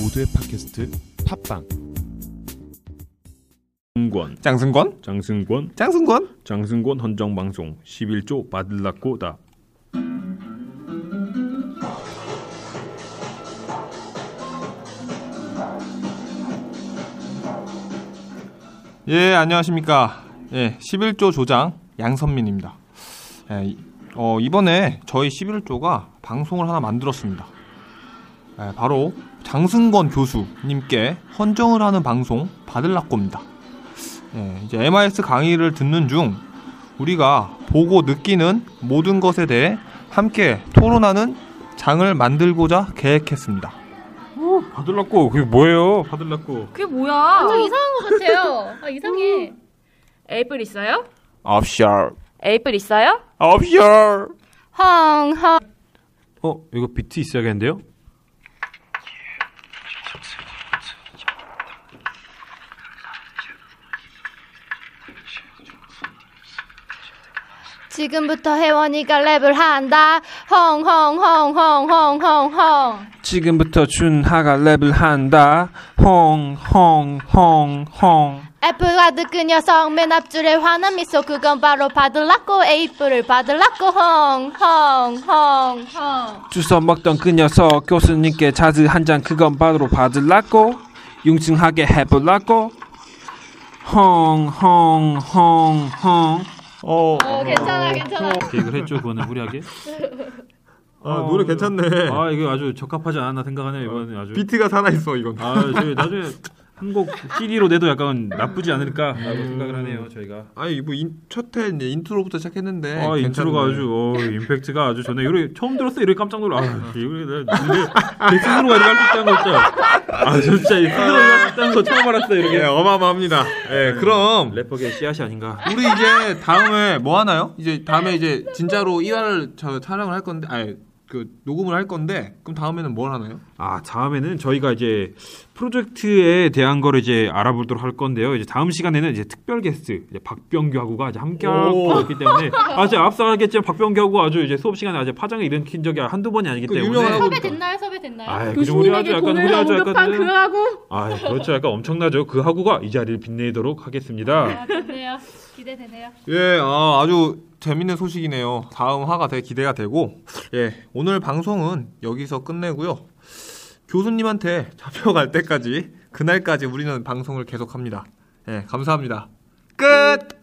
모두의 팟캐스트 팟빵 장승권, 장승권? 장승권, 장승권? 장승권 헌정방송 11조 바들라꼬다. 예, 안녕하십니까. 예, 11조 조장 양선민입니다. 예, 이- 어, 이번에 저희 11조가 방송을 하나 만들었습니다. 예, 바로 장승권 교수님께 헌정을 하는 방송 바들라꼬입니다. 예, 이제 MIS 강의를 듣는 중 우리가 보고 느끼는 모든 것에 대해 함께 토론하는 장을 만들고자 계획했습니다. 바들라꼬 그게 어, 뭐예요? 바들라꼬. 그게 뭐야? 완전 이상한 것 같아요. 아, 이상해. 에이플 있어요? 업셜. 에이플 있어요? 업셜. 헝헝. 어 이거 비트 있어야겠는데요? 지금부터 혜원이가 랩을 한다. 헝헝헝헝헝헝헝. 지금부터 준하가 랩을 한다. 홍, 홍, 홍, 홍. 애플가드 그 녀석 맨 앞줄에 환한 미소 그건 바로 받을라고 에이프를 받을라고 헝헝헝헝 주워 먹던 그 녀석 교수님께 자즈 한 잔 그건 바로 받으라고. 융증하게 해보라고. 홍, 홍, 홍, 홍. 어. 어, 괜찮아 괜찮아 계획을 했죠 그거는 후리하게 네. 아, 노래 괜찮네. 아 이거 아주 적합하지 않았나 생각하네요 이번에 아주 비트가 살아있어, 이건. 아 저희 나중에 한 곡 CD로 내도 약간 나쁘지 않을까라고 음. 생각을 하네요 저희가 아니, 뭐, 인, 첫회 이제 인트로부터 시작했는데. 아 인트로가 괜찮네. 아주 어, 임팩트가 아주 전에 이래 처음 들었어 이래 깜짝 놀라 네. 아 이거 내가 대승으로 가져갈 수 있다는 거 진짜 아저 진짜 이 승으로 가져갈 수 있다는 거 처음 알았어요 예, 이렇게 네. 어마어마합니다. 예, 그럼. 래퍼계 씨앗이 아닌가 우리 이제 다음에 뭐 하나요? 이제 다음에 이제 진짜로 1화를 저 촬영을 할 건데, 아니, 그, 녹음을 할 건데, 그럼 다음에는 뭘 하나요? 아 다음에는 저희가 이제 프로젝트에 대한 걸 이제 알아보도록 할 건데요. 이제 다음 시간에는 이제 특별 게스트 이제 박병규하고가 이제 함께 할 오. 거 같기 때문에 아 제가 앞서 하겠지만 박병규하고 아주 이제 수업 시간에 아주 파장을 일으킨 적이 한두 번이 아니기 그 때문에 유명한 하고 섭외 됐나요 섭외 됐나요 아이, 그좀 우리 아주 교수님에게 약간 돈을 우리 아주 언급한 약간 그 하고 아 그렇죠 약간 엄청나죠 그 하구가 이 자리를 빛내도록 하겠습니다. 아, 좋네요 기대되네요 예, 아, 아주 재밌는 소식이네요. 다음 화가 되게 기대가 되고, 예, 오늘 방송은 여기서 끝내고요. 교수님한테 잡혀갈 때까지, 그날까지 우리는 방송을 계속합니다. 예, 감사합니다. 끝!